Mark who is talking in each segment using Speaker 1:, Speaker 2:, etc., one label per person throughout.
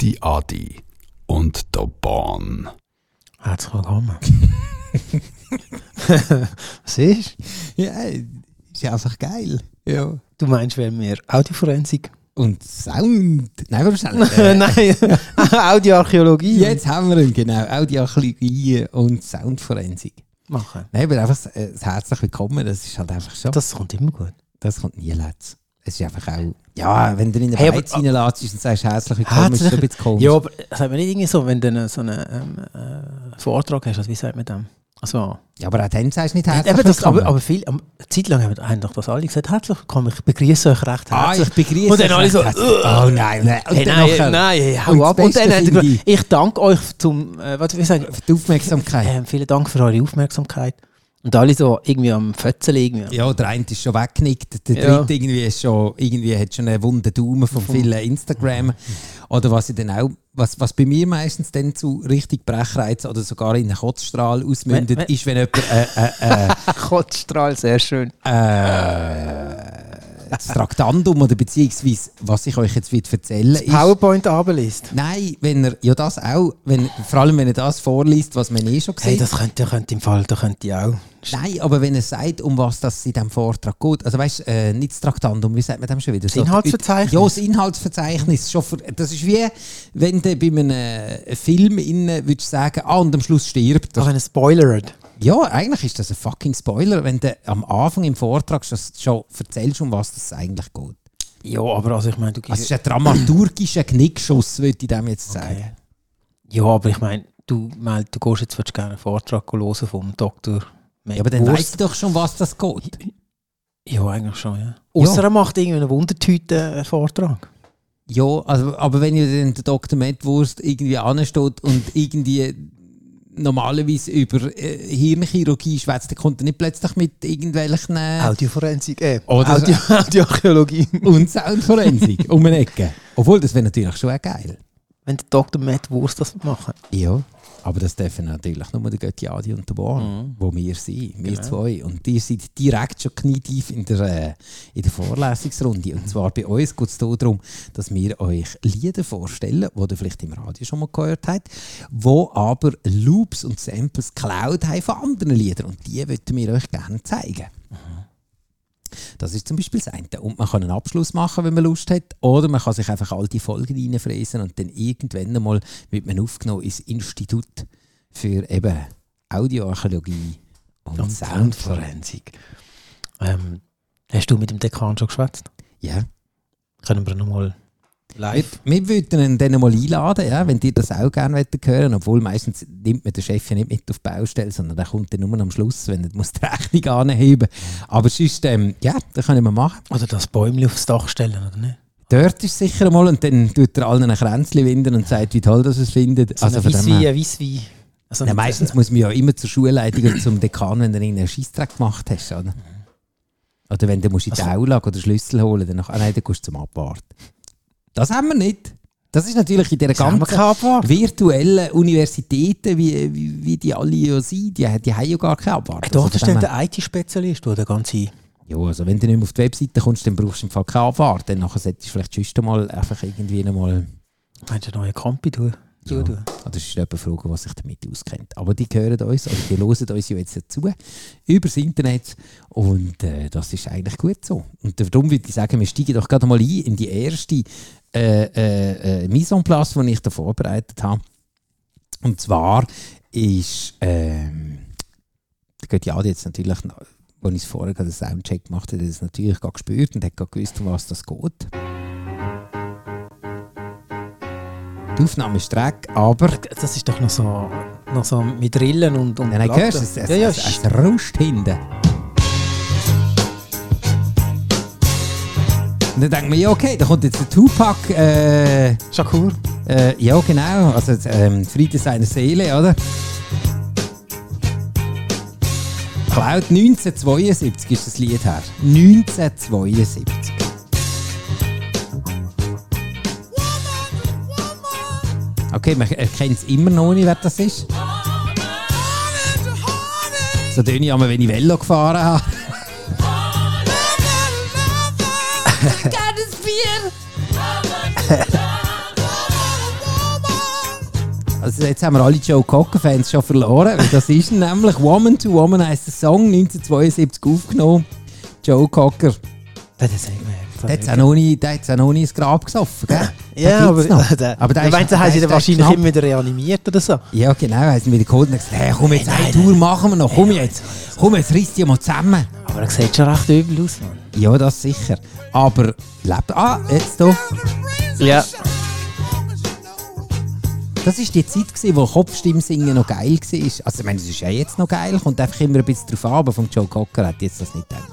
Speaker 1: die Adi und der Bahn.
Speaker 2: Herzlich willkommen. Was ist?
Speaker 3: Ja, äh, ist ja einfach geil. Ja.
Speaker 2: Du meinst, wenn wir Audioforensik?
Speaker 3: Und Sound. Nein, wir sagen.
Speaker 2: Äh, Nein, Audioarchäologie
Speaker 3: Jetzt haben wir ihn, genau. Audioarchäologie und Soundforensik.
Speaker 2: machen.
Speaker 3: Nein, aber einfach äh, das herzlich willkommen, das ist halt einfach schon. Das,
Speaker 2: Das kommt immer gut.
Speaker 3: kommt nie letzt. Es ist einfach auch. Ja, wenn du in den
Speaker 2: Hey,
Speaker 3: hey,
Speaker 2: aber-
Speaker 3: Beiz reinlässt und sagst herzlich willkommen, ist schon ein bisschen komisch.
Speaker 2: Ja, aber sagt man nicht irgendwie so, wenn du einen- so einen ähm, äh, Vortrag hast, also wie sagt man dem? Also,
Speaker 3: Ja, aber auch dann sagst du nicht herzlich
Speaker 2: eben das,
Speaker 3: willkommen.
Speaker 2: aber, aber viel, am- eine Zeit lang haben, haben doch das alle gesagt, herzlich willkommen, ich begrüße euch recht
Speaker 3: ah,
Speaker 2: herzlich.
Speaker 3: ich begrüße
Speaker 2: Und dann alle
Speaker 3: euch
Speaker 2: so,
Speaker 3: herzlich.
Speaker 2: "Ugh."
Speaker 3: Oh nein, nein. Und
Speaker 2: hey,
Speaker 3: dann
Speaker 2: nein,
Speaker 3: nachher-
Speaker 2: nein, hey,
Speaker 3: Und
Speaker 2: hau
Speaker 3: das
Speaker 2: ab. Und dann
Speaker 3: Beste
Speaker 2: haben sie gesagt,
Speaker 3: finde
Speaker 2: ich danke euch zum, äh, was will ich sagen,
Speaker 3: Für die Aufmerksamkeit.
Speaker 2: ähm, vielen Dank für eure Aufmerksamkeit. Und alle so irgendwie am Fötzeln irgendwie.
Speaker 3: Ja, der eine ist schon weggenickt, der
Speaker 2: Ja. Mhm.
Speaker 3: dritte irgendwie ist schon, irgendwie hat schon einen wunden Daumen von vielen Instagram. Oder was ich dann auch, was, was bei mir meistens dann zu richtig Brechreiz oder sogar in einen Kotzstrahl ausmündet,
Speaker 2: Wenn- wenn-
Speaker 3: ist, wenn jemand äh, äh, äh,
Speaker 2: Kotzstrahl, sehr schön.
Speaker 3: äh, das Traktandum oder beziehungsweise, was ich euch jetzt wieder erzählen ist...
Speaker 2: PowerPoint abelist.
Speaker 3: Nein, wenn er, ja das auch, wenn, vor allem wenn er das vorliest, was man eh schon sieht.
Speaker 2: Hey, das könnte, könnte im Fall, da könnte ich auch.
Speaker 3: Nein, aber wenn er sagt, um was das in diesem Vortrag geht, also weißt du, äh, nicht das Traktandum, wie sagt man dem schon wieder? So,
Speaker 2: Inhaltsverzeichnis?
Speaker 3: Ja, das Inhaltsverzeichnis. Schon ver- das ist wie, wenn du bei einem äh, Film innen würdest sagen, ah, und am Schluss stirbt er.
Speaker 2: Doch einen Spoiler hat.
Speaker 3: Ja, eigentlich ist das ein fucking Spoiler, wenn du am Anfang im Vortrag schon, schon erzählst, um was das eigentlich geht.
Speaker 2: Ja, aber also ich meine, du
Speaker 3: Also es
Speaker 2: gibst.
Speaker 3: ist ein dramaturgischer Knickschuss, würde ich dem jetzt sagen.
Speaker 2: Okay. Ja, aber ich meine, du, meld- du gehst jetzt würdest gerne einen Vortrag hören vom Doktor.
Speaker 3: Ja, aber dann weißt du doch schon, was das geht.
Speaker 2: Ja, eigentlich schon, ja. Außer er macht irgendwie einen äh, Wundertüten-Vortrag.
Speaker 3: Ja, also, aber wenn ihr dann den Dr. Medwurst irgendwie ansteht und irgendwie normalerweise über äh, Hirnchirurgie schwätzt, dann kommt er nicht plötzlich mit irgendwelchen äh,
Speaker 2: Audioforensik, äh.
Speaker 3: Oder-
Speaker 2: Audio Audioarchäologie.
Speaker 3: und Soundforensik um eine Ecke. Obwohl, das wäre natürlich schon auch geil.
Speaker 2: Wenn der Dr. Matt Wurst das machen.
Speaker 3: Ja. Aber das dürfen natürlich nur der Götti Adi und der Born, wo wir sind, wir zwei. Und ihr seid direkt schon knietief in der, äh, in der Vorlesungsrunde. Und zwar bei uns geht es darum, dass wir euch Lieder vorstellen, die ihr vielleicht im Radio schon mal gehört habt, wo aber Loops und Samples geklaut haben von anderen Liedern. Und die möchten wir euch gerne zeigen. Das ist zum Beispiel das eine. Und man kann einen Abschluss machen, wenn man Lust hat. Oder man kann sich einfach all die Folgen reinfräsen und dann irgendwann einmal wird man aufgenommen ins Institut für eben Audioarchäologie und, Soundforensik.
Speaker 2: Ähm, hast du mit dem Dekan schon geschwätzt?
Speaker 3: Ja.
Speaker 2: Können wir nochmal
Speaker 3: Wir,
Speaker 2: live?
Speaker 3: wir würden ihn dann mal einladen, ja, wenn ihr das auch gerne wollt hören Obwohl meistens nimmt man den Chef ja nicht mit auf die Baustelle, sondern der kommt dann nur am Schluss, wenn er muss die Rechnung anheben muss. Aber sonst, ähm, ja, das können wir machen.
Speaker 2: Oder das Bäumchen aufs Dach stellen, oder nicht?
Speaker 3: Dort ist sicher mal und dann tut er allen ein Kränzchen winden und sagt, wie toll das es findet.
Speaker 2: Also
Speaker 3: von dem
Speaker 2: Weisswein, ein
Speaker 3: her-
Speaker 2: Weisswein. Also
Speaker 3: Na,
Speaker 2: nicht-
Speaker 3: meistens muss man ja immer zur Schulleitung und zum Dekan, wenn du irgendeinen Scheissdreck gemacht hast, oder? Oder wenn du musst in die
Speaker 2: Also-
Speaker 3: Aula gehen oder Schlüssel holen dann, ah, nein, dann gehst du zum Abwart. Das haben wir nicht. Das ist natürlich in dieser
Speaker 2: Das haben wir
Speaker 3: ganzen
Speaker 2: keine Abwart.
Speaker 3: virtuellen Universitäten, wie, wie, wie die alle ja sind, die, die haben ja gar keine Abwart.
Speaker 2: Hey, Äh, Doch, da
Speaker 3: Also von
Speaker 2: steht
Speaker 3: dem her-
Speaker 2: der IT-Spezialist, der den ganzen...
Speaker 3: ja, also wenn du nicht mehr auf die Webseite kommst, dann brauchst du im Fall keine Abwart. Dann nachher solltest du vielleicht sonst mal einfach irgendwie nochmal...
Speaker 2: Meinst du, einen neuen Kampi tun?
Speaker 3: Ja.
Speaker 2: Ja.
Speaker 3: Das Also, ist jemand fragen, was sich damit auskennt. Aber die hören uns, oder die hören uns ja jetzt dazu, übers Internet. Und äh, das ist eigentlich gut so. Und darum würde ich sagen, wir steigen doch gerade mal ein in die erste äh, äh, äh, Mise en place, die ich da vorbereitet habe. Und zwar ist, ähm, da geht ja jetzt natürlich, noch- als ich es vorher gerade den Soundcheck gemacht habe, hat er das natürlich gerade gespürt und hat gerade gewusst, um was das geht. Die Aufnahme ist dreck, aber
Speaker 2: Das ist doch noch so, noch so mit Rillen und... und
Speaker 3: Nein, nein,
Speaker 2: Platten.
Speaker 3: hörst du es? Es,
Speaker 2: Ja, ja,
Speaker 3: es, es, es rauscht hinten. Und dann denkt man, ja okay, da kommt jetzt der Tupac, äh, äh,
Speaker 2: Shakur.
Speaker 3: ja genau, also ähm, Friede seiner Seele, oder? Cloud 1972 ist das Lied her. 1972. Okay, man erkennt es immer noch nicht, wer das ist. So töne ich einmal, wenn ich Velo gefahren habe. Also jetzt haben wir alle Joe Cocker-Fans schon verloren. weil Das ist nämlich Woman to Woman heisst der Song, 1972 aufgenommen. Joe Cocker,
Speaker 2: Das sagt man einfach
Speaker 3: der hat
Speaker 2: nicht.
Speaker 3: es auch noch nie- der hat's auch noch nie ins Grab gesoffen, gell?
Speaker 2: Ja, aber,
Speaker 3: gibt's noch.
Speaker 2: der,
Speaker 3: Aber
Speaker 2: aber
Speaker 3: der
Speaker 2: der,
Speaker 3: ist-
Speaker 2: meinst, der
Speaker 3: der
Speaker 2: hat
Speaker 3: ist-
Speaker 2: sich
Speaker 3: der
Speaker 2: dann
Speaker 3: ist
Speaker 2: wahrscheinlich
Speaker 3: knapp.
Speaker 2: immer wieder reanimiert oder so.
Speaker 3: Ja, genau, er hat mir die Code gesagt, hey, komm jetzt, eine Tour machen wir noch, komm jetzt, komm jetzt, riss die mal zusammen.
Speaker 2: Aber er sieht schon recht übel aus, Mann.
Speaker 3: Ja, das sicher. Aber lebt. Ah, jetzt hier.
Speaker 2: Ja.
Speaker 3: Das war die Zeit, gewesen, wo Kopfstimmsingen noch geil war. Also, ich meine, es ist ja jetzt noch geil, kommt einfach immer ein bisschen drauf an, aber vom Joe Cocker hat jetzt das nicht gedacht.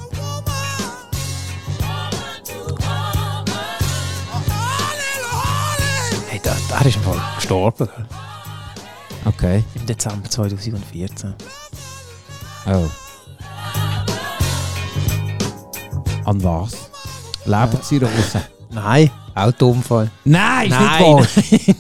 Speaker 2: Hey, der, der ist im Fall gestorben. gell?
Speaker 3: Okay.
Speaker 2: Im Dezember 2014.
Speaker 3: Oh. An was? Leberzirrhose.
Speaker 2: Nein. Autounfall.
Speaker 3: Nein, ist
Speaker 2: Nein.
Speaker 3: nicht wahr.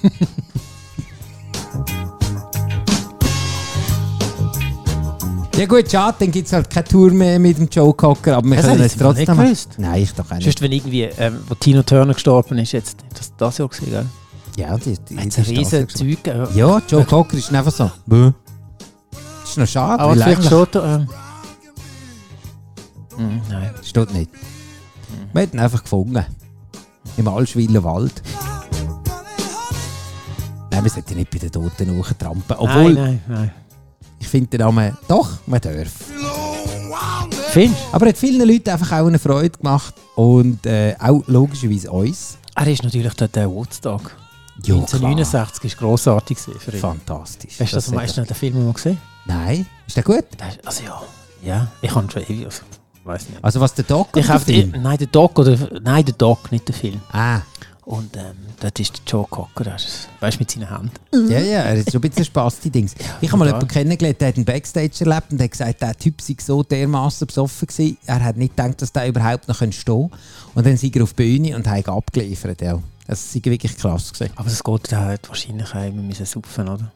Speaker 3: Ja gut, schade, dann gibt es halt keine Tour mehr mit dem Joe Cocker, aber wir
Speaker 2: Das
Speaker 3: können
Speaker 2: hätte ich
Speaker 3: es
Speaker 2: jetzt mal
Speaker 3: trotzdem...
Speaker 2: nicht gewusst.
Speaker 3: Nein, ich doch auch nicht.
Speaker 2: Sonst, wenn irgendwie, ähm, wo Tino Turner gestorben ist, jetzt, das, das Jahr gewesen, gell?
Speaker 3: Ja, die, die,
Speaker 2: Hat es
Speaker 3: die
Speaker 2: ein
Speaker 3: ist
Speaker 2: riesen äh,
Speaker 3: das-
Speaker 2: Zeug gegeben.
Speaker 3: Ja, Joe Cocker ist einfach so. Bäh. Das ist noch schade,
Speaker 2: Aber
Speaker 3: weil
Speaker 2: vielleicht
Speaker 3: eigentlich
Speaker 2: schon, ähm, mm, nein.
Speaker 3: steht nicht. Wir hätten ihn einfach gefunden. Im Allschwiler Wald. Nein, wir sollten nicht bei den Toten hochtrampen. Obwohl,
Speaker 2: Nein, nein,
Speaker 3: ich finde den Namen... Doch, man darf.
Speaker 2: nein. Findest
Speaker 3: Aber er hat vielen Leuten einfach auch eine Freude gemacht. Und äh, auch logischerweise uns.
Speaker 2: Er ist natürlich der, der Woodstock.
Speaker 3: Ja,
Speaker 2: 1969 ist grossartig gewesen für
Speaker 3: klar.
Speaker 2: ihn.
Speaker 3: Fantastisch.
Speaker 2: Hast du das am
Speaker 3: hat
Speaker 2: meisten den Film mal gesehen?
Speaker 3: er- Nein. Ist der gut?
Speaker 2: Das ist, also ja. Ja, ich kann schon ewig. Also, weiß nicht.
Speaker 3: Also was der Doc
Speaker 2: Ich
Speaker 3: oder
Speaker 2: hab,
Speaker 3: der Film?
Speaker 2: ich, nein, der Doc oder nein, der Doc, nicht der Film.
Speaker 3: Ah.
Speaker 2: Und ähm, das ist der Joe Cocker, das ist, weißt du, mit seinen Händen.
Speaker 3: Ja, ja, er ist schon ein bisschen Spaß, die Dings. Ich habe mal jemanden kennengelernt, der hat einen Backstage erlebt und hat gesagt, der Typ sei so dermaßen besoffen gewesen, er hat nicht gedacht, dass der überhaupt noch stehen könnte. Und dann sind er auf die Bühne und haben ihn abgeliefert. Ja. Das sei wirklich krass gewesen.
Speaker 2: Aber das geht der hat wahrscheinlich auch immer müssen supfen, oder?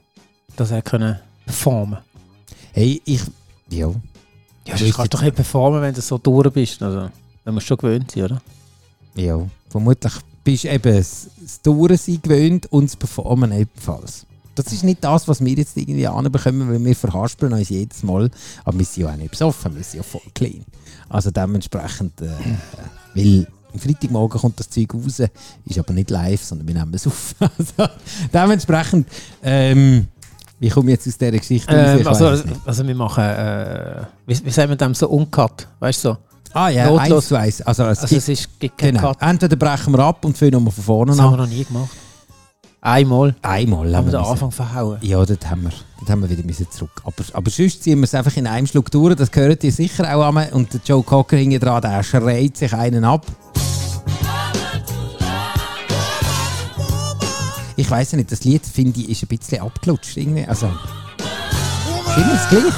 Speaker 2: Dass er können performen.
Speaker 3: Hey, ich... Ja.
Speaker 2: Ja, du kannst doch nicht performen, wenn du so durch bist. Also, da musst du schon gewöhnt sein, oder?
Speaker 3: Ja, vermutlich bist du eben das das Tourensein gewöhnt und das Performen ebenfalls. Das ist nicht das, was wir jetzt irgendwie anbekommen, weil wir verhaspeln uns jedes Mal. Aber wir sind ja auch nicht besoffen, wir sind ja voll clean. Also dementsprechend, äh, weil am Freitagmorgen kommt das Zeug raus, ist aber nicht live, sondern wir nehmen es auf. Also, dementsprechend, ähm, wie komme ich jetzt aus dieser Geschichte raus?
Speaker 2: Ähm,
Speaker 3: Ich
Speaker 2: also,
Speaker 3: weiss es nicht.
Speaker 2: also, wir machen, äh, wie, wie sagen wir dem so uncut? Weißt du so?
Speaker 3: ah ja,
Speaker 2: notlos.
Speaker 3: eins zu eins. Also, es
Speaker 2: Also,
Speaker 3: gibt,
Speaker 2: es ist gibt keinen
Speaker 3: genau.
Speaker 2: Cut.
Speaker 3: Entweder brechen wir ab und fangen nochmal von vorne
Speaker 2: Das haben wir
Speaker 3: an.
Speaker 2: noch nie gemacht. Einmal
Speaker 3: Einmal
Speaker 2: haben wir den
Speaker 3: müssen.
Speaker 2: Anfang verhauen.
Speaker 3: Ja, dort haben wir, dort haben wir wieder müssen zurück. Aber, aber sonst ziehen wir es einfach in einem Schluck durch, das gehört ihr sicher auch an. Und der Joe Cocker hinten dran, der schreit sich einen ab. Ich weiß nicht, das Lied finde ich ist ein bisschen abgelutscht. Irgendwie. Also, ist immer das Gleiche.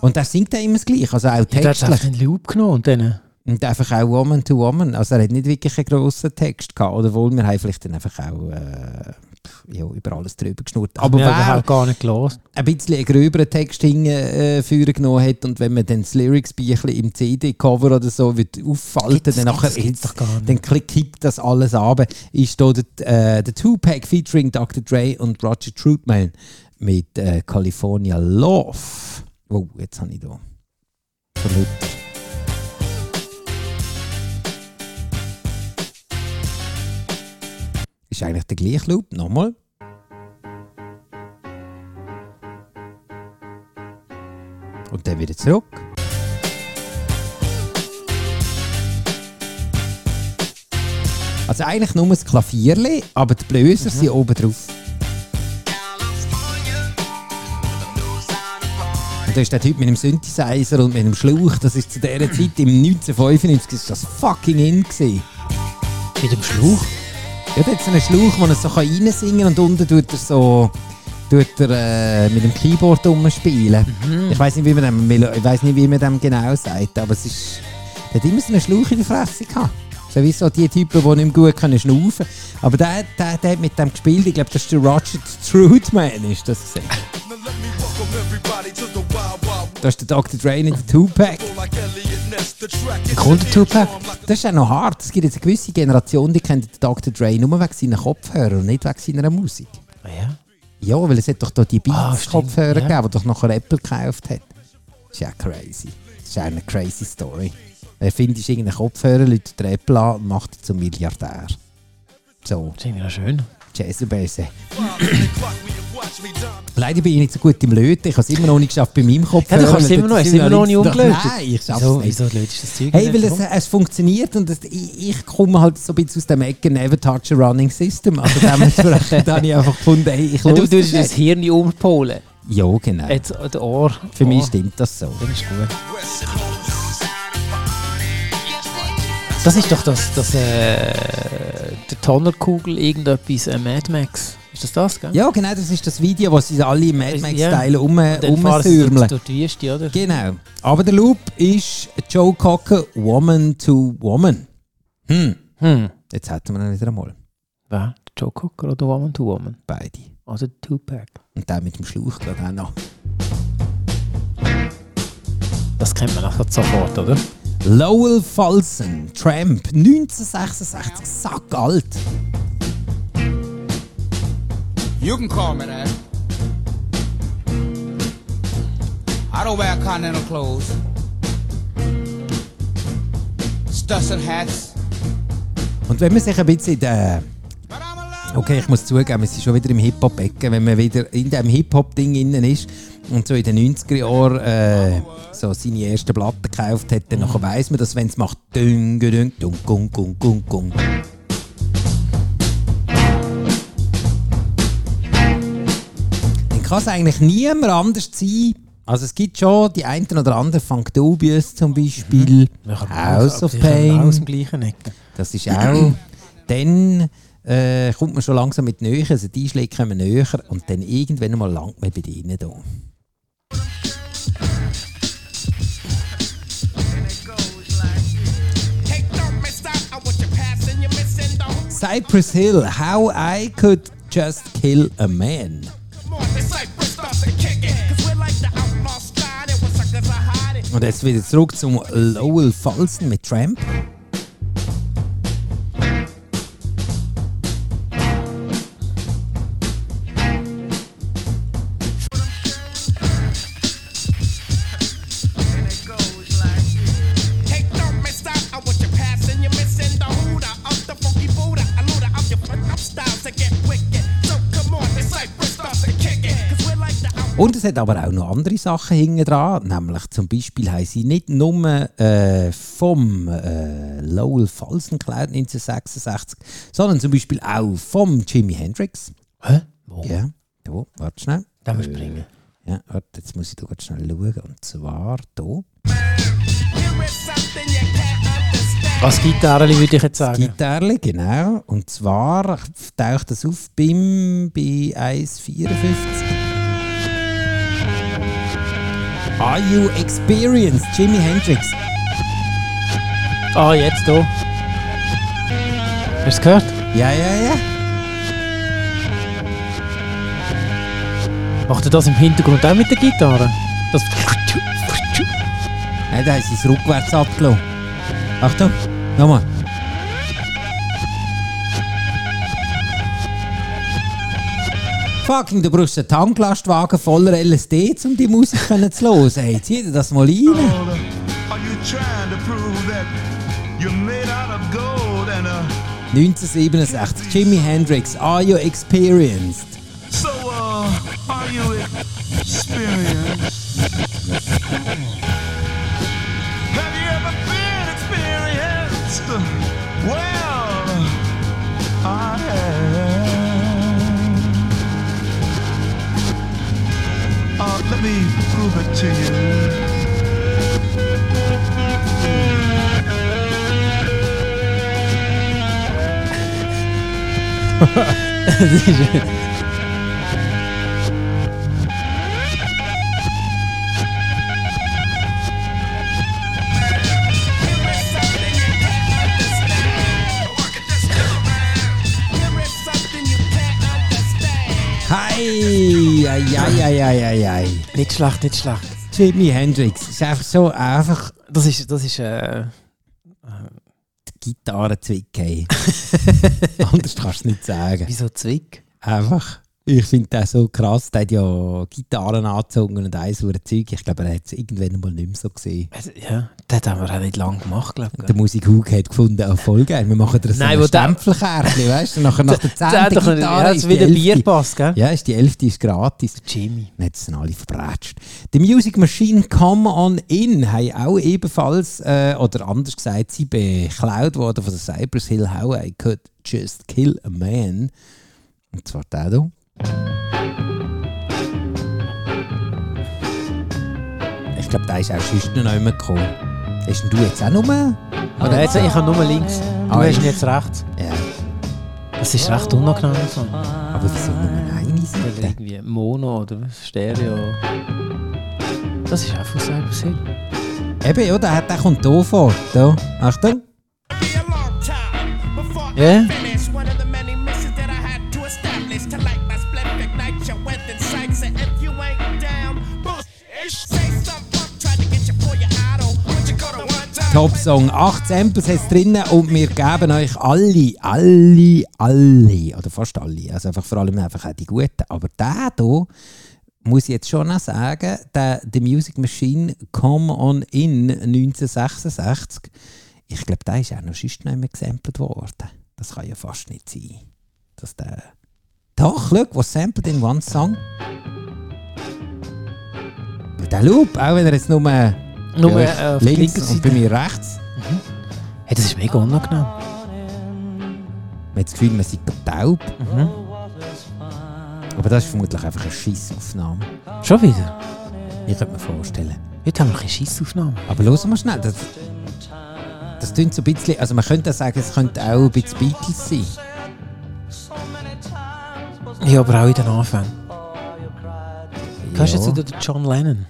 Speaker 3: Und er singt dann immer das Gleiche, also auch
Speaker 2: Der hat
Speaker 3: textlich.
Speaker 2: einfach einen Loop genommen und dann.
Speaker 3: Und einfach auch Woman to Woman. Also er hat nicht wirklich einen grossen Text gehabt. Oder wohl, wir haben vielleicht dann einfach auch äh, ja, über alles drüber geschnurrt. Aber
Speaker 2: wir
Speaker 3: wer,
Speaker 2: haben auch gar nicht gelesen.
Speaker 3: ein bisschen einen gröberen Text hingeführen äh, genommen hat und wenn man dann das Lyrics-Büchlein im CD-Cover oder so wird auffalten,
Speaker 2: Gibt's
Speaker 3: dann,
Speaker 2: nicht,
Speaker 3: nachher,
Speaker 2: das gibt's doch gar nicht.
Speaker 3: dann klick- kippt das alles ab. Ist da der, äh, der Two-Pack featuring Dr. Dre und Roger Troutman mit äh, California Love. Wow, jetzt habe ich da. Verrückt. Ist eigentlich der gleiche Loop, nochmal. Und dann wieder zurück. Also eigentlich nur das Klavierli, aber die Bläser sind oben drauf. Und da ist der Typ mit dem Synthesizer und mit dem Schlauch, das ist zu dieser Zeit, im 1995, ist das fucking in gewesen.
Speaker 2: Mit dem Schlauch?
Speaker 3: Ja, da hat so einen Schlauch, wo er so kann reinsingen kann und unten tut er so tut er, äh, mit dem Keyboard rumspielen. Ich weiß nicht, wie man dem, Melo- ich weiss nicht, wie man dem genau sagt, aber es ist, der hat immer so einen Schlauch in der Fresse gehabt. So wie so die Typen, die nicht mehr gut können schnaufen können. Aber der, der, der hat mit dem gespielt, ich glaube, das ist der Roger Troutman, ist das gesehen. Das ist der Dr. Dre in der Tupac.
Speaker 2: Kommt der Tupac?
Speaker 3: Das ist auch noch hart. Es gibt jetzt eine gewisse Generation, die kennt den Dr. Dre nur wegen seiner Kopfhörer und nicht wegen seiner Musik.
Speaker 2: Ah Ja.
Speaker 3: Ja, weil es hat doch da die
Speaker 2: Ah,
Speaker 3: Beats-Kopfhörer
Speaker 2: stimmt, ja.
Speaker 3: gegeben, die doch nachher Apple gekauft hat. ist ja crazy. ist ja eine crazy Story. Er findest irgendeinen Kopfhörer, läutet den Apple an und macht ihn zum Milliardär. So,
Speaker 2: Das ist irgendwie noch schön.
Speaker 3: Jazzbase. Leider bin ich nicht so gut im Löten. Ich habe es immer noch nicht geschafft bei meinem Kopfhörer.
Speaker 2: kannst es
Speaker 3: weil
Speaker 2: immer noch,
Speaker 3: das
Speaker 2: es ist immer noch nicht
Speaker 3: nichts-
Speaker 2: umgelötet.
Speaker 3: Nein, ich schaffe
Speaker 2: Wieso,
Speaker 3: es nicht.
Speaker 2: wieso lötest du das Zeug
Speaker 3: Hey, weil
Speaker 2: nicht?
Speaker 3: es, es funktioniert und es, ich, ich komme halt so ein bisschen aus dem Ecken Never Touch a Running System. Also dementsprechend habe ich einfach gefunden, hey, ich
Speaker 2: Ja, du
Speaker 3: los
Speaker 2: würdest
Speaker 3: das
Speaker 2: das Hirn umpolen.
Speaker 3: nicht. Ja, genau.
Speaker 2: Jetzt äh, das Ohr.
Speaker 3: Für mich
Speaker 2: Ohr.
Speaker 3: stimmt das so.
Speaker 2: Das ist gut. Das ist doch das, das äh, der Tonnerkugel, irgendetwas, äh, Mad Max. Ist das das, gell?
Speaker 3: Ja, genau, das ist das Video, wo sie alle im Mad
Speaker 2: Ja.
Speaker 3: Max-Teile um,
Speaker 2: Dann fahren sie durch,
Speaker 3: umsürmeln.
Speaker 2: durch die Wüste, oder?
Speaker 3: Genau. Aber der Loop ist Joe Cocker, Woman to Woman. Hm,
Speaker 2: Hm.
Speaker 3: jetzt hätten wir ihn wieder einmal.
Speaker 2: Wer? Joe Cocker oder Woman to Woman?
Speaker 3: Beide.
Speaker 2: Oder Tupac?
Speaker 3: Und der mit dem Schlauch gerade auch noch.
Speaker 2: Das kennt man nachher sofort, oder?
Speaker 3: Lowell Falsen, Tramp, 1966, sackalt.
Speaker 4: You can call me that. I don't wear continental clothes, Stussin hats.
Speaker 3: Und wenn man sich ein bisschen in der
Speaker 4: But I'm alive.
Speaker 3: Okay, ich muss zugeben, es ist schon wieder im Hip-Hop-Ecken, wenn man wieder in diesem Hip-Hop-Ding innen ist und so in den 90er Jahren äh, so seine ersten Platten gekauft hat, dann nachher weiss man, dass wenn es macht, dung, dung, dung, dung, dung, dung, dung. Dann kann es eigentlich niemand anders sein. Also es gibt schon die einen oder anderen, Funk Dubious zum Beispiel, House of Pain.
Speaker 2: Aus dem gleichen Ecken.
Speaker 3: Das ist auch. dann äh, kommt man schon langsam mit näher, also die Einschläge kommen näher und dann irgendwann mal langt man bei denen da.
Speaker 5: Hey, don't miss out on what you're passing. You're missing the whole
Speaker 3: Cypress Hill, How I Could Just Kill a Man.
Speaker 5: morning. Cypress starts to kick it. Cause we're like the outlaw side. And we're suckers are hiding.
Speaker 3: Und jetzt wieder zurück zum Lowell Falsen mit Tramp.
Speaker 5: Hey, don't miss out on what you're passing. You're missing the hooter of the funky Buddha. I looter up your foot up styles to get wicked. So come on, the Cypress starts to kick it. Cause we're like the outlaw
Speaker 3: Und es hat aber auch noch andere Sachen hinten dran, nämlich zum Beispiel haben sie nicht nur äh, vom äh, Lowell Falsen geklaut 1966, sondern zum Beispiel auch vom Jimi Hendrix.
Speaker 2: Hä? Wo?
Speaker 3: Ja, da, warte schnell.
Speaker 2: Oh.
Speaker 3: Äh,
Speaker 2: Da musst du springen.
Speaker 3: Ja, warte, jetzt muss ich da ganz schnell schauen. Und zwar hier.
Speaker 5: Here is something you can't understand.
Speaker 2: Was Gitarre würde ich jetzt sagen?
Speaker 3: Gitarre, genau. Und zwar taucht das auf beim, bei 1,54. Are you experienced? Jimi Hendrix.
Speaker 2: Ah, jetzt hier. Hast du es gehört?
Speaker 3: Ja, ja, ja.
Speaker 2: Macht er das im Hintergrund auch mit der Gitarre? Das
Speaker 3: Nein, da ist es rückwärts abgelaufen. Achtung, nochmal. Fucking, du brauchst einen Tanklastwagen voller LSD, um die Musik können zu hören. Ey, zieh dir das mal rein.
Speaker 6: Are you trying to prove that you're made out of gold and uh,
Speaker 3: 1967, Jimi Hendrix, Are You Experienced?
Speaker 6: so uh, are you experienced? Have you ever been experienced? Well, I have. Uh, let me prove it to you.
Speaker 2: das ist
Speaker 3: Hi, ai, ai, ai, ai, ai, ai.
Speaker 2: nicht schlecht, nicht schlecht.
Speaker 3: Jimi Hendrix, ist einfach so einfach
Speaker 2: Das ist, das ist, äh,
Speaker 3: Gitarre zwicken. Anders kannst du es nicht sagen.
Speaker 2: wieso Zwick?
Speaker 3: Einfach Ich finde das so krass. Der hat ja Gitarren angezogen und all so ein Zeug. Ich glaube, er hat es irgendwann mal nicht mehr so gesehen.
Speaker 2: Ja, das haben wir auch nicht lange gemacht, glaube
Speaker 3: Der Musikhug hat gefunden, auch voll geil. Wir machen dir so
Speaker 2: Nein,
Speaker 3: ein
Speaker 2: wo der-
Speaker 3: Stempelkärtchen, weißt du? Nachher nach der 10. Gitarre
Speaker 2: Ja, das
Speaker 3: ist
Speaker 2: ist
Speaker 3: die
Speaker 2: wieder
Speaker 3: Elfte.
Speaker 2: Bierpass, gell?
Speaker 3: Ja, ist die 11. ist gratis.
Speaker 2: Jimmy.
Speaker 3: Dann hat es dann alle verbrätscht. Die Music Machine Come On In haben auch ebenfalls, äh, oder anders gesagt, sie beklaut worden von der Cypress Hill How I Could Just Kill a Man. Und zwar der hier. Ich glaube, der ist auch sonst noch nicht mehr gekommen. Hast denn du jetzt auch noch mehr?
Speaker 2: Oder jetzt, ich habe nur links. Du
Speaker 3: Ah,
Speaker 2: hast
Speaker 3: ja.
Speaker 2: ihn jetzt rechts.
Speaker 3: Ja,
Speaker 2: Das ist recht unangenehm. So.
Speaker 3: aber wieso nur eine
Speaker 2: Weil
Speaker 3: Seite?
Speaker 2: irgendwie Mono oder was? Stereo. Das ist einfach Cypress Hill.
Speaker 3: Eben, ja, der, der kommt hier vor. Da. Achtung.
Speaker 5: be a long time before
Speaker 2: Yeah.
Speaker 5: I finish one of the many missions that I had to establish to light my split, ignite your wealth and sights. And if you ain't down, bullshit. Say some punk tried to get you for your idol. Would you go to one time?
Speaker 3: Top Song. Acht Samples hat drinnen und wir geben euch alle, alle, alle, oder fast alle, also einfach vor allem einfach auch die guten. Aber der hier, muss ich jetzt schon noch sagen, der The Music Machine Come On In 1966, ich glaube, der ist auch noch sonst nicht mehr gesampelt worden. Das kann ja fast nicht sein, dass der... Doch, schau, was sampled in one song. Der Loop, auch wenn er jetzt nur...
Speaker 2: Nur
Speaker 3: bei euch
Speaker 2: äh, auf
Speaker 3: links
Speaker 2: linker
Speaker 3: und bei
Speaker 2: Seite.
Speaker 3: mir rechts.
Speaker 2: Hey, das ist mega unangenehm.
Speaker 3: Man hat das Gefühl, man sei taub.
Speaker 2: Mhm.
Speaker 3: Aber das ist vermutlich einfach eine Scheissaufnahme.
Speaker 2: Schon wieder?
Speaker 3: Ich könnte mir vorstellen.
Speaker 2: Heute haben wir keine Scheissaufnahme.
Speaker 3: Aber hören wir schnell. Das, das klingt so ein bisschen... Also man könnte auch sagen, es könnte auch ein bisschen Beatles sein.
Speaker 2: Ja, aber auch in den Anfängen. Kannst du
Speaker 3: Ja.
Speaker 2: jetzt wieder den John Lennon?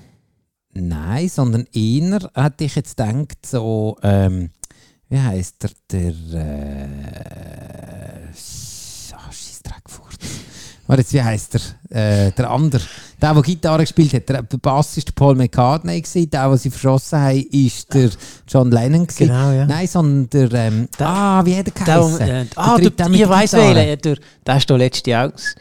Speaker 3: Nein, sondern eher hätte ich jetzt gedacht, so... Ähm, wie heisst der? Der... Äh, ah, scheiss Dreckfurz. Warte jetzt, wie heisst der? Äh, der andere. Der, der Gitarre gespielt hat. Der Bass war Paul McCartney. Gewesen. Der, den sie verschossen haben, ist der John Lennon. Gewesen.
Speaker 2: Genau, ja.
Speaker 3: Nein, sondern der... Ähm,
Speaker 2: Der-
Speaker 3: ah, wie hat er
Speaker 2: Der,
Speaker 3: geheissen?
Speaker 2: äh,
Speaker 3: Der
Speaker 2: ah, du,
Speaker 3: Dritte mit
Speaker 2: ihr
Speaker 3: der
Speaker 2: weiss
Speaker 3: Gitarre.
Speaker 2: wählen. Ja, der, der ist doch letztes Jahr aus.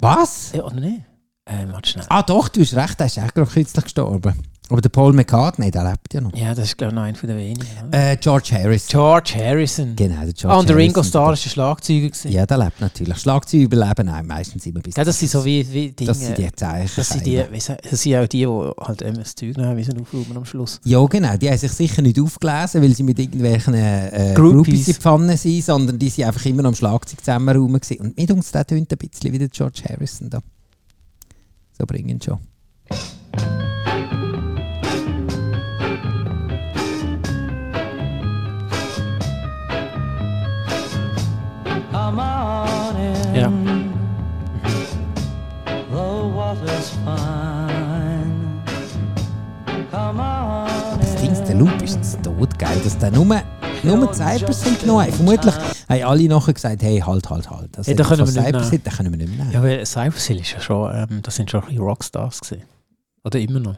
Speaker 3: Was?
Speaker 2: Ja, oder nicht? Äh, warte schnell.
Speaker 3: Ah doch, du hast recht. Der ist auch gerade kürzlich gestorben. Aber der Paul McCartney, der lebt ja noch.
Speaker 2: Ja, das ist, glaube ich, noch einer von den wenigen. oder?
Speaker 3: Äh, George Harris.
Speaker 2: George Harrison.
Speaker 3: Genau, der George
Speaker 2: Ah, und der Ringo
Speaker 3: Harrison.
Speaker 2: Starr war ein Schlagzeuger. gewesen.
Speaker 3: Ja, der lebt natürlich. Schlagzeug überleben nein, meistens immer bis.
Speaker 2: Ja, das sind so wie, wie Dinge.
Speaker 3: das sind die Zeichen.
Speaker 2: das sind die, weiss ich- das sind auch die, die halt eben das Zeug nehmen, wie sie aufräumen am Schluss.
Speaker 3: Ja, genau. Die haben sich sicher nicht aufgelesen, weil sie mit irgendwelchen äh, äh,
Speaker 2: Groupies.
Speaker 3: Groupies in die Pfanne sind, sondern die sind einfach immer am Schlagzeug zusammenraumen. gewesen. Und mit uns, der tönt ein bisschen wie der George Harrison da. So bringen schon.
Speaker 2: Ja.
Speaker 3: Das Ding, der Loop ist jetzt tot, geil, dass der nur, nur die Cypress Hill genommen hat. Vermutlich haben alle nachher gesagt, hey, halt, halt, halt. Das
Speaker 2: Ja,
Speaker 3: hat
Speaker 2: den können
Speaker 3: von
Speaker 2: wir nicht
Speaker 3: Cypress
Speaker 2: nehmen.
Speaker 3: Hill, den können wir nicht mehr nehmen.
Speaker 2: Ja, weil Cypress Hill ist ja schon, ähm, das sind schon ein bisschen Rockstars gewesen. Oder immer noch.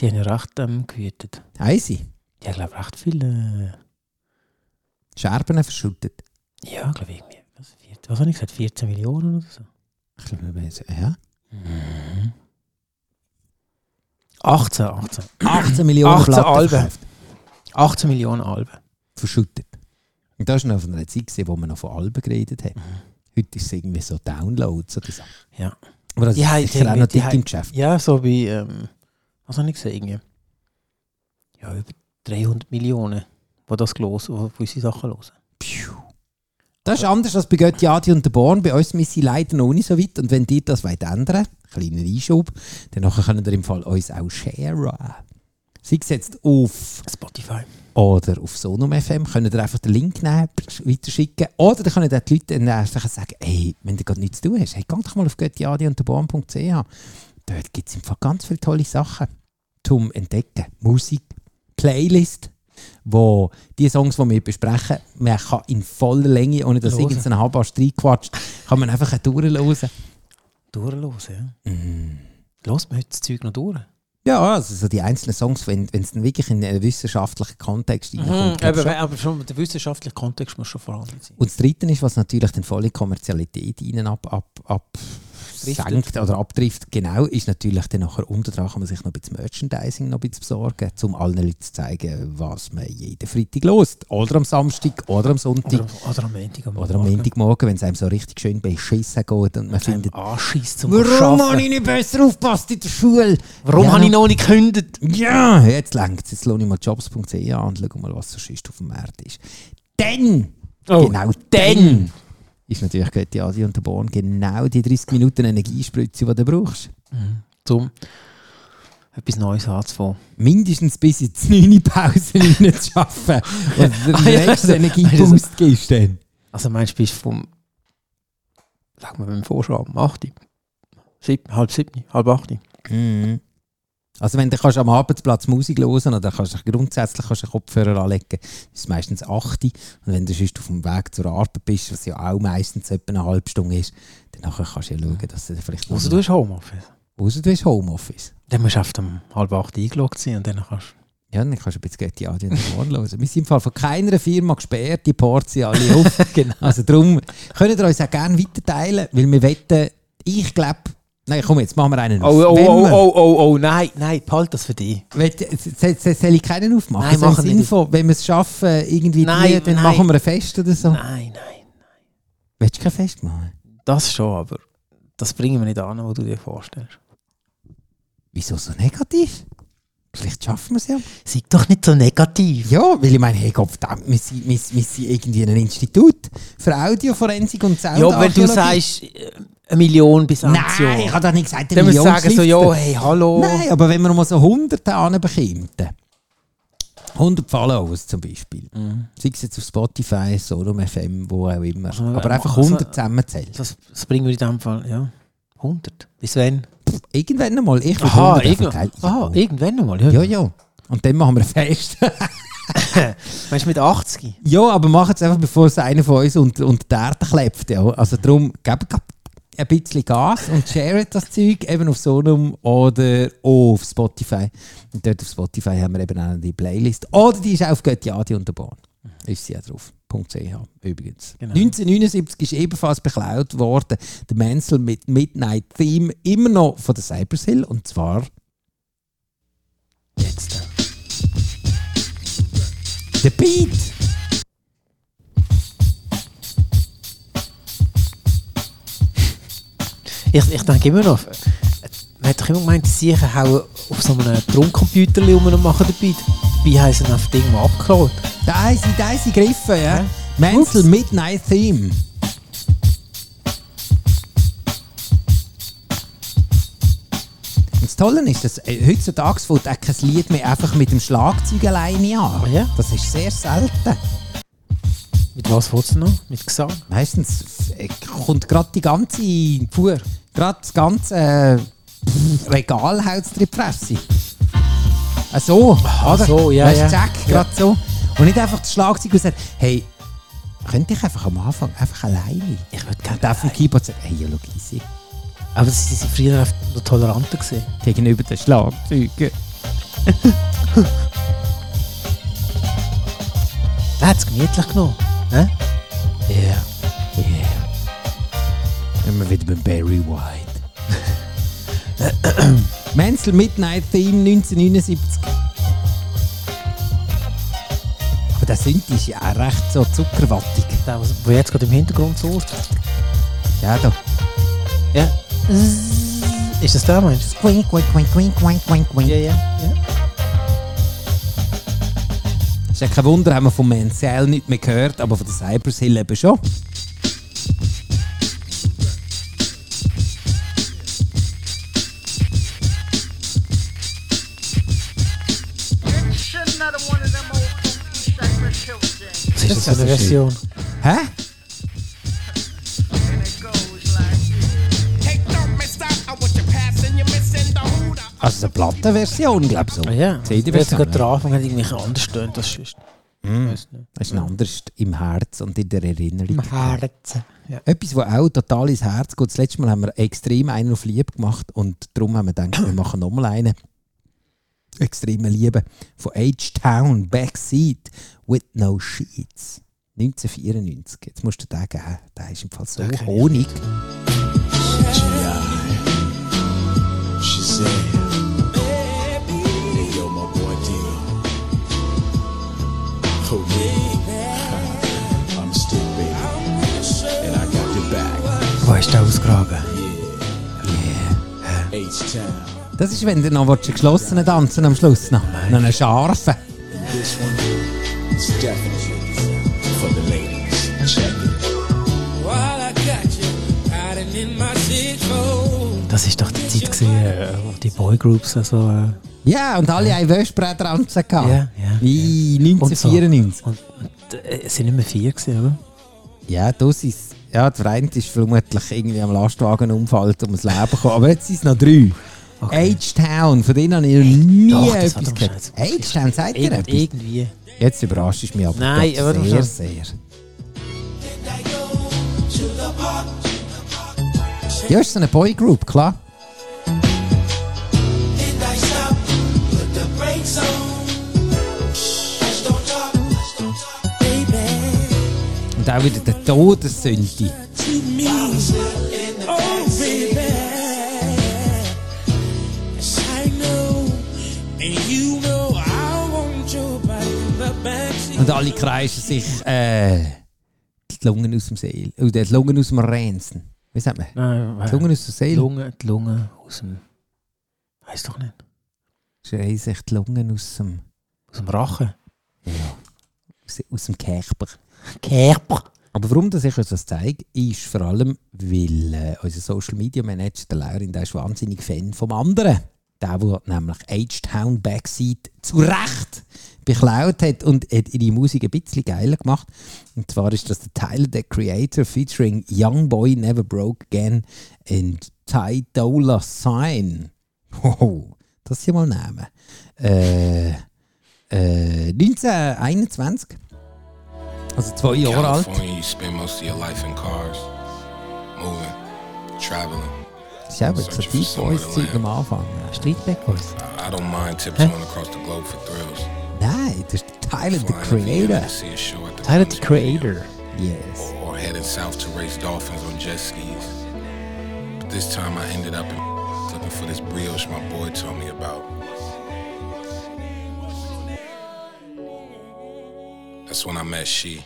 Speaker 2: Die haben ja recht ähm, gewütet.
Speaker 3: Easy.
Speaker 2: Die haben, glaube ich, recht viele.
Speaker 3: Scherben verschüttet.
Speaker 2: Äh, ja, glaube ich, irgendwie. Was, 14, was habe ich gesagt? 14 Millionen oder so?
Speaker 3: Ich glaube, wir haben- ja.
Speaker 2: 18, 18.
Speaker 3: 18 Millionen
Speaker 2: 18
Speaker 3: Platten
Speaker 2: Alben.
Speaker 3: verkauft.
Speaker 2: 18 Millionen Alben.
Speaker 3: verschüttet. Und das war noch von einer Zeit, gewesen, wo wir noch von Alben geredet haben. Heute ist es irgendwie so Downloads oder so.
Speaker 2: Mhm. Ja.
Speaker 3: Aber das
Speaker 2: Die haben-
Speaker 3: ist sicher auch
Speaker 2: die-
Speaker 3: noch
Speaker 2: die
Speaker 3: dick
Speaker 2: haben-
Speaker 3: im Geschäft.
Speaker 2: Ja, so wie. Ähm, was habe ich gesehen? Irgendwie. Ja, über 300 Millionen, die das hören, wo, wo unsere Sachen hören.
Speaker 3: Das ist anders als bei Götti, Adi und der Born. Bei uns sind sie leider noch nicht so weit. Und wenn ihr das wollt ändern kleiner Einschub, dann nachher könnt ihr im Fall uns auch sharen. Sei es jetzt auf
Speaker 2: Spotify.
Speaker 3: oder auf Sonum FM, könnt ihr einfach den Link nehmen, weiterschicken. Oder dann können auch die Leute dann einfach sagen, hey, wenn du gerade nichts zu tun hast, hey, geh doch mal auf göttiadiunterborn.ch. Dort gibt es im Fall ganz viele tolle Sachen zum Entdecken. Musik, Playlist, wo die Songs, die wir besprechen, man kann in voller Länge, ohne dass
Speaker 2: Hören.
Speaker 3: irgendein Habast reinquatscht, kann man einfach durchlosen.
Speaker 2: Durchlosen, ja. Mm. Los man heute das Zeug noch durch?
Speaker 3: Ja, also so die einzelnen Songs, wenn es dann wirklich in einen wissenschaftlichen Kontext
Speaker 2: Mhm,
Speaker 3: reinkommt. glaub
Speaker 2: eben,
Speaker 3: schon.
Speaker 2: aber schon der wissenschaftliche Kontext muss schon vorhanden sein.
Speaker 3: Und das Dritte ist, was natürlich dann volle Kommerzialität ihnen ab, ab, ab senkt oder abtrifft, genau, ist natürlich dann nachher unter dran kann man sich noch ein bisschen Merchandising noch ein bisschen besorgen, um allen Leuten zu zeigen, was man jeden Freitag lost. Oder am Samstag, oder am Sonntag,
Speaker 2: Oder,
Speaker 3: oder,
Speaker 2: oder am Montag am
Speaker 3: am
Speaker 2: Morgen.
Speaker 3: Montagmorgen, wenn es einem so richtig schön beschissen geht und man
Speaker 2: Einem
Speaker 3: findet,
Speaker 2: anschießt zum
Speaker 3: warum
Speaker 2: Arbeiten.
Speaker 3: habe ich nicht besser aufgepasst in der Schule?
Speaker 2: Warum
Speaker 3: Ja.
Speaker 2: habe ich noch nicht gekündigt?
Speaker 3: Ja, jetzt längt Jetzt lohne ich mal jobs.ch an und schau mal, was so sonst auf dem Markt ist. Dann,
Speaker 2: Oh,
Speaker 3: genau
Speaker 2: dann.
Speaker 3: dann, ist natürlich Götti Adi und der Born genau die 30 Minuten Energiespritze, die du brauchst.
Speaker 2: Um etwas Neues anzufangen.
Speaker 3: Mindestens bis in die 9 Pause hinein zu schaffen. Und
Speaker 2: Ah,
Speaker 3: den
Speaker 2: ja,
Speaker 3: nächsten
Speaker 2: also- also-
Speaker 3: Energieboost gibst du dann.
Speaker 2: Also meinst du, bist vom, sagen wir beim Vorschau, um 8 Uhr, sieben, halb sieben, halb acht. Uhr.
Speaker 3: Mhm. Also wenn du kannst am Arbeitsplatz Musik hören oder kannst du grundsätzlich kannst du einen Kopfhörer anlegen, das ist meistens 8 Uhr. Und wenn du sonst auf dem Weg zur Arbeit bist, was ja auch meistens etwa eine halbe Stunde ist, dann nachher kannst du ja schauen, dass du vielleicht...
Speaker 2: Also du hast Homeoffice.
Speaker 3: Ausser du hast Homeoffice.
Speaker 2: Dann musst du auf dem halb acht eingeloggt sein und dann kannst
Speaker 3: Ja, dann kannst du ein bisschen Götti Adi und Horn hören. Wir sind im Fall von keiner Firma gesperrt, die Porze alle auf.
Speaker 2: Genau.
Speaker 3: Also darum könnt ihr uns auch gerne weiterteilen, weil wir wetten, ich glaube... Nein, komm, jetzt machen wir einen auf. Wenn wir-
Speaker 2: oh, oh, nein, nein, behalt das für dich.
Speaker 3: Wett- se- se- Soll ich keinen aufmachen?
Speaker 2: Nein,
Speaker 3: so im
Speaker 2: mach
Speaker 3: Sinn
Speaker 2: nicht.
Speaker 3: von, wenn wir es schaffen, irgendwie
Speaker 2: Nein,
Speaker 3: die, dann
Speaker 2: nein.
Speaker 3: machen wir ein Fest oder so.
Speaker 2: Oh. Nein, nein.
Speaker 3: Willst du kein Fest machen?
Speaker 2: Das schon, aber das bringen wir nicht an, was du dir vorstellst.
Speaker 3: Wieso so negativ? Vielleicht schaffen wir es ja.
Speaker 2: Sei doch nicht so negativ.
Speaker 3: Ja, weil ich meine, hey Gott, verdammt, wir sind, wir, wir sind irgendwie ein Institut für Audioforensik und Sound.
Speaker 2: Ja, wenn du sagst, äh, eine Million bis
Speaker 3: Nein,
Speaker 2: Aktion.
Speaker 3: ich habe doch nicht gesagt,
Speaker 2: Dann musst du sagen, so, ja,
Speaker 3: Millionenschriften.
Speaker 2: hey, oh. hallo.
Speaker 3: Nein, aber wenn wir mal so Hunderte anbekämten. 100 Follows zum Beispiel. Sei es jetzt auf Spotify, Solom FM, wo auch immer.
Speaker 2: wir-
Speaker 3: Aber einfach
Speaker 2: Mhm. also-
Speaker 3: 100 zusammenzählen.
Speaker 2: Das, das bringen wir in dem Fall, ja. 100. Bis wann?
Speaker 3: Irgendwann einmal. Ich will
Speaker 2: Aha,
Speaker 3: 100
Speaker 2: irgendwann,
Speaker 3: verteilen.
Speaker 2: aha,
Speaker 3: ja.
Speaker 2: irgendwann nochmal. Ja.
Speaker 3: ja, ja. Und dann machen wir ein Fest.
Speaker 2: Meinst du mit 80?
Speaker 3: ja, aber machen es einfach, bevor es einer von uns unter, unter die Erde klebt. Ja. Also darum, gebt gebt ein bisschen Gas und sharet das Zeug eben auf Sonum oder auch auf Spotify. Und dort auf Spotify haben wir eben auch die Playlist. Oder die ist auch auf Götti Adi und der Bahn. Ist sie auch drauf. .ch übrigens.
Speaker 2: Genau.
Speaker 3: 1979 ist ebenfalls beklaut worden der Mansell mit Midnight Theme immer noch von der Cypress Hill und zwar
Speaker 2: Jetzt.
Speaker 3: The Beat.
Speaker 2: Ich, ich denke immer noch, äh, man hat doch immer gemeint, die Siechen hauen auf so einem Drumcomputer um und machen den Beat. Dabei haben sie ihn auf Ding mal abgeklaut.
Speaker 3: Da ist sie, da ist sie griffen, ja.
Speaker 2: Ja.
Speaker 3: Menzel
Speaker 2: Ups.
Speaker 3: Midnight Theme. Und das Tolle ist, dass äh, heutzutage fällt auch kein Lied mehr einfach mit dem Schlagzeug alleine an.
Speaker 2: Ah ja?
Speaker 3: Das ist sehr selten.
Speaker 2: Mit was willst du noch? Mit Gesang?
Speaker 3: Meistens äh, kommt gerade die ganze Fuhr, gerade das ganze äh, pff, Regal haut in die Fresse. Äh, so, oder?
Speaker 2: so, ja,
Speaker 3: Weißt du,
Speaker 2: ja.
Speaker 3: Jack, gerade so. Und nicht einfach das Schlagzeug und sagt, hey, könnte ich einfach am Anfang einfach alleine?
Speaker 2: Ich würde
Speaker 3: Und auf dem Keyboard sagt, hey, ja, schau, easy.
Speaker 2: Aber sie sind früher einfach noch toleranter gewesen.
Speaker 3: Gegenüber den Schlagzeugen.
Speaker 2: Der hat es gemütlich genommen. Ne?
Speaker 3: Ja, ja. Immer wieder bei Barry White. Menzel Midnight Theme 1979. Aber der Synthi ist ja auch recht so zuckerwattig.
Speaker 2: Der, was- der jetzt gerade im Hintergrund so
Speaker 3: Ja, doch.
Speaker 2: Ja. Ist das der, meinst
Speaker 3: Quink, quink, quink, quink, quink, quink,
Speaker 2: du?
Speaker 3: quink.
Speaker 2: Ja, ja. ja.
Speaker 3: Ist ja kein Wunder, haben wir von Menzel nicht mehr gehört, aber von der Cypress Hill eben schon.
Speaker 2: Was ist das
Speaker 3: Das
Speaker 2: für eine
Speaker 3: ist schön.
Speaker 2: Version?
Speaker 3: Hä?
Speaker 5: Hey, don't miss out on what you're passing. You're missing the hoot.
Speaker 3: Also eine Plattenversion, glaube ich so.
Speaker 2: Ah ja. Jetzt
Speaker 3: CD-Version.
Speaker 2: gerade der Anfang hat irgendwie anders tönt als sonst. Weiss nicht.
Speaker 3: Das ist ein anderes im Herz und in der Erinnerung.
Speaker 2: Herzen. Ja.
Speaker 3: Etwas, was auch total ins Herz geht. Das letzte Mal haben wir extrem einen auf Lieb gemacht und darum haben wir gedacht, wir machen nochmal einen. Extreme Liebe von H-Town, Backseat, With No Sheets. 1994. Jetzt musst du dir den geben. Der ist im Fall so Honig.
Speaker 7: She said, Hey, yo, my boy Dino. Oh, yeah. I'm a stick baby. And I got your back.
Speaker 2: Wo ist der ausgraben?
Speaker 7: H-Town.
Speaker 3: Das ist, wenn du noch willst, einen geschlossenen tanzen am Schluss noch. Noch einen scharfen.
Speaker 7: This one is definitely for the ladies. Check it.
Speaker 5: While I got you hiding in my six-fold.
Speaker 2: Das war doch die Zeit, gewesen, äh, wo die Boygroups also... Äh,
Speaker 3: Ja, und alle haben Wäschbretter am ZK.
Speaker 2: Ja, ja,
Speaker 3: Wie
Speaker 2: und so.
Speaker 3: 1994.
Speaker 2: Und, und äh, es sind nicht mehr vier, gewesen, oder?
Speaker 3: Ja, das ist. Ja, der Freund ist vermutlich irgendwie am Lastwagen umfallt um ums Leben gekommen. Aber jetzt sind es noch drei. H-Town, von denen habe ich noch nie
Speaker 2: Doch, das hat
Speaker 3: etwas
Speaker 2: er
Speaker 3: gehört.
Speaker 2: schon-
Speaker 3: H-Town, sagt ihr
Speaker 2: Irgend,
Speaker 3: etwas?
Speaker 2: irgendwie.
Speaker 3: Jetzt überrascht es mich aber
Speaker 2: Nein,
Speaker 3: doch
Speaker 2: aber doch
Speaker 3: sehr,
Speaker 2: schon.
Speaker 3: sehr. Ja, ist so eine Boygroup, klar. Und auch wieder der Todessünde.
Speaker 5: Oh, baby. Yes, I know. And you know I want your body in the backseat.
Speaker 3: Und alle kreischen sich äh, die Lungen aus dem Seel. Oder die Lungen aus dem Ränzen. Wie sagt man?
Speaker 2: Nein,
Speaker 3: Die Lungen aus dem
Speaker 2: die
Speaker 3: Seel.
Speaker 2: Äh, Lunge, die Lunge aus dem... Weiss doch nicht.
Speaker 3: Schreien sich die Lungen aus dem,
Speaker 2: Aus dem Rachen.
Speaker 3: aus, aus dem Kerber.
Speaker 2: Kerber.
Speaker 3: Aber warum dass ich euch das zeige, ist vor allem, weil äh, unser Social Media Manager, der Laurin, der ist wahnsinnig Fan vom anderen. Der, der nämlich H-Town Backseat zu Recht beklaut hat und hat ihre Musik ein bisschen geiler gemacht. Und zwar ist das der Tyler, der Creator, featuring Young Boy Never Broke Again und Ty Dolla Sign. Hoho, das hier mal nehmen. Äh, äh, 1921, also zwei Jahre alt.
Speaker 8: California, you spend most of your life in cars, moving, traveling.
Speaker 3: Das ist eben so tief bei uns Zeit am Anfang.
Speaker 2: Streetback Boys.
Speaker 8: I I don't mind tiptoeing across the globe for thrills.
Speaker 3: Nein, das ist Tyler, the
Speaker 8: Flying to Vienna
Speaker 3: Creator.
Speaker 8: to see a show at the
Speaker 2: Tyler,
Speaker 8: Times
Speaker 2: the
Speaker 8: Museum,
Speaker 2: Creator.
Speaker 3: Yes.
Speaker 8: Or heading south to race dolphins on jet skis. But this time I ended up in looking for this brioche my boy told me about. That's when I met she.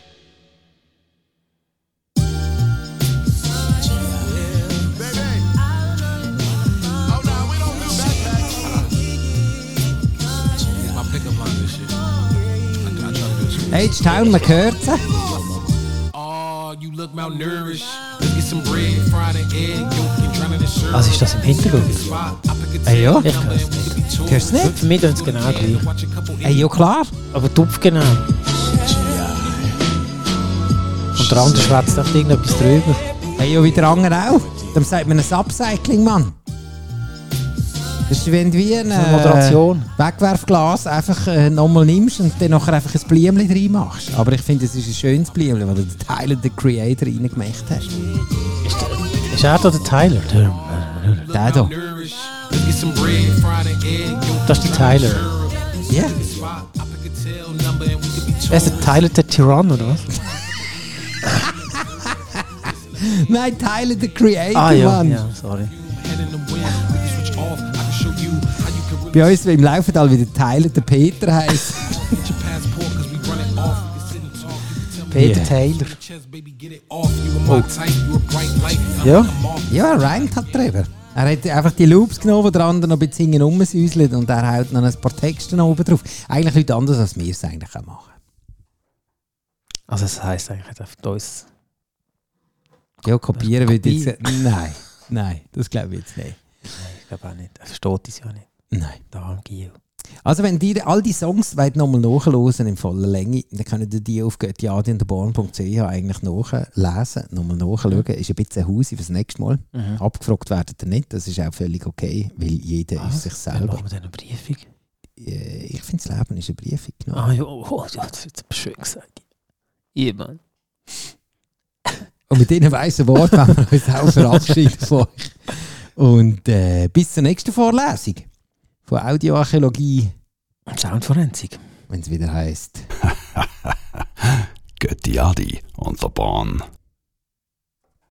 Speaker 8: My pickup line this year. I, I try to do this
Speaker 3: H
Speaker 8: for
Speaker 3: Town, man hört sie.
Speaker 8: Oh, you look malnourished. Let's get some bread, fried an egg, yolk, and drown it in syrup.
Speaker 2: Also ist das im Hintergrund?
Speaker 8: Spot, I pick a
Speaker 3: Hey, Ah, ja.
Speaker 2: Ich höre es nicht.
Speaker 3: Hörst du nicht?
Speaker 2: Für mich tun es genau gleich.
Speaker 8: watch a couple
Speaker 3: Hey, ja klar.
Speaker 2: Aber tupf genau. Und der andere schwätzt echt irgendetwas drüber.
Speaker 3: Hey, ja, wie nou? der andere auch. Dem sagt man ein Upcycling, Mann. Das ist wenn du wie ein
Speaker 2: eine Moderation.
Speaker 3: Äh, Wegwerfglas einfach äh, nochmal nimmst und dann nachher einfach ein Blümchen reinmachst. Aber ich finde, es ist ein schönes Blümchen, weil du den Tyler, the Creator, reingemacht hast.
Speaker 2: Ist er da der Tyler?
Speaker 3: Der da.
Speaker 8: malnourished. Let's get some bread, fried an egg, yolk,
Speaker 2: Das ist der Tyler.
Speaker 3: Ja.
Speaker 8: Spot, I pick a tail number and we could be
Speaker 2: Er ist der Tyler der Tyrann, oder was?
Speaker 3: Nein, Tyler, the Creator, Mann.
Speaker 2: Ah, ja, sorry.
Speaker 8: head in the wind. We can switch off. I can show you how you can really
Speaker 3: Bei uns im Laufental wieder Tyler, der Peter heisst.
Speaker 8: get your passport because we run it off. We can sit and talk. You can tell me
Speaker 2: Peter
Speaker 3: Yeah.
Speaker 2: Taylor.
Speaker 8: chest, baby, get it off. You a my type, you a bright light. I'm
Speaker 2: Ja.
Speaker 8: like a moth.
Speaker 3: Ja, er reimt hat er eben. Er hat einfach die Loops genommen, die der andere noch ein bisschen hinten rumsäuselt und er haut noch ein paar Texte noch oben drauf. Eigentlich nichts anderes, als wir es eigentlich auch machen.
Speaker 2: Also das heisst eigentlich auf uns.
Speaker 3: Ja, Also kopieren würde ich
Speaker 2: Kopie.
Speaker 3: jetzt... Nein, nein, das glaube ich jetzt nicht.
Speaker 2: Ich glaube auch nicht. Er versteht es ja nicht.
Speaker 3: Nein.
Speaker 2: Darum Gio.
Speaker 3: Also wenn ihr all die Songs wollt nochmal nachlesen in voller Länge, dann könnt ihr die auf göttiadionderborn.ch eigentlich nachlesen, nochmal nachschauen. Ist ein bisschen Hause fürs nächste Mal.
Speaker 2: Mhm.
Speaker 3: Abgefragt werdet ihr nicht, das ist auch völlig okay, weil jeder ist sich
Speaker 2: Dann
Speaker 3: selber.
Speaker 2: machen Ah, wir dann eine Briefung.
Speaker 3: Äh, Ich finde, das Leben ist eine Briefung. Genau.
Speaker 2: Ah ja, oh, oh, ja, das ist schön gesagt. Ja, Mann.
Speaker 3: Und mit diesen weisen Worten haben wir uns auch verabschiedet von euch. Und äh, bis zur nächsten Vorlesung von Audioarchäologie
Speaker 2: Soundforensik.
Speaker 3: wenn es wieder heißt.
Speaker 1: Götti Adi und der Bahn.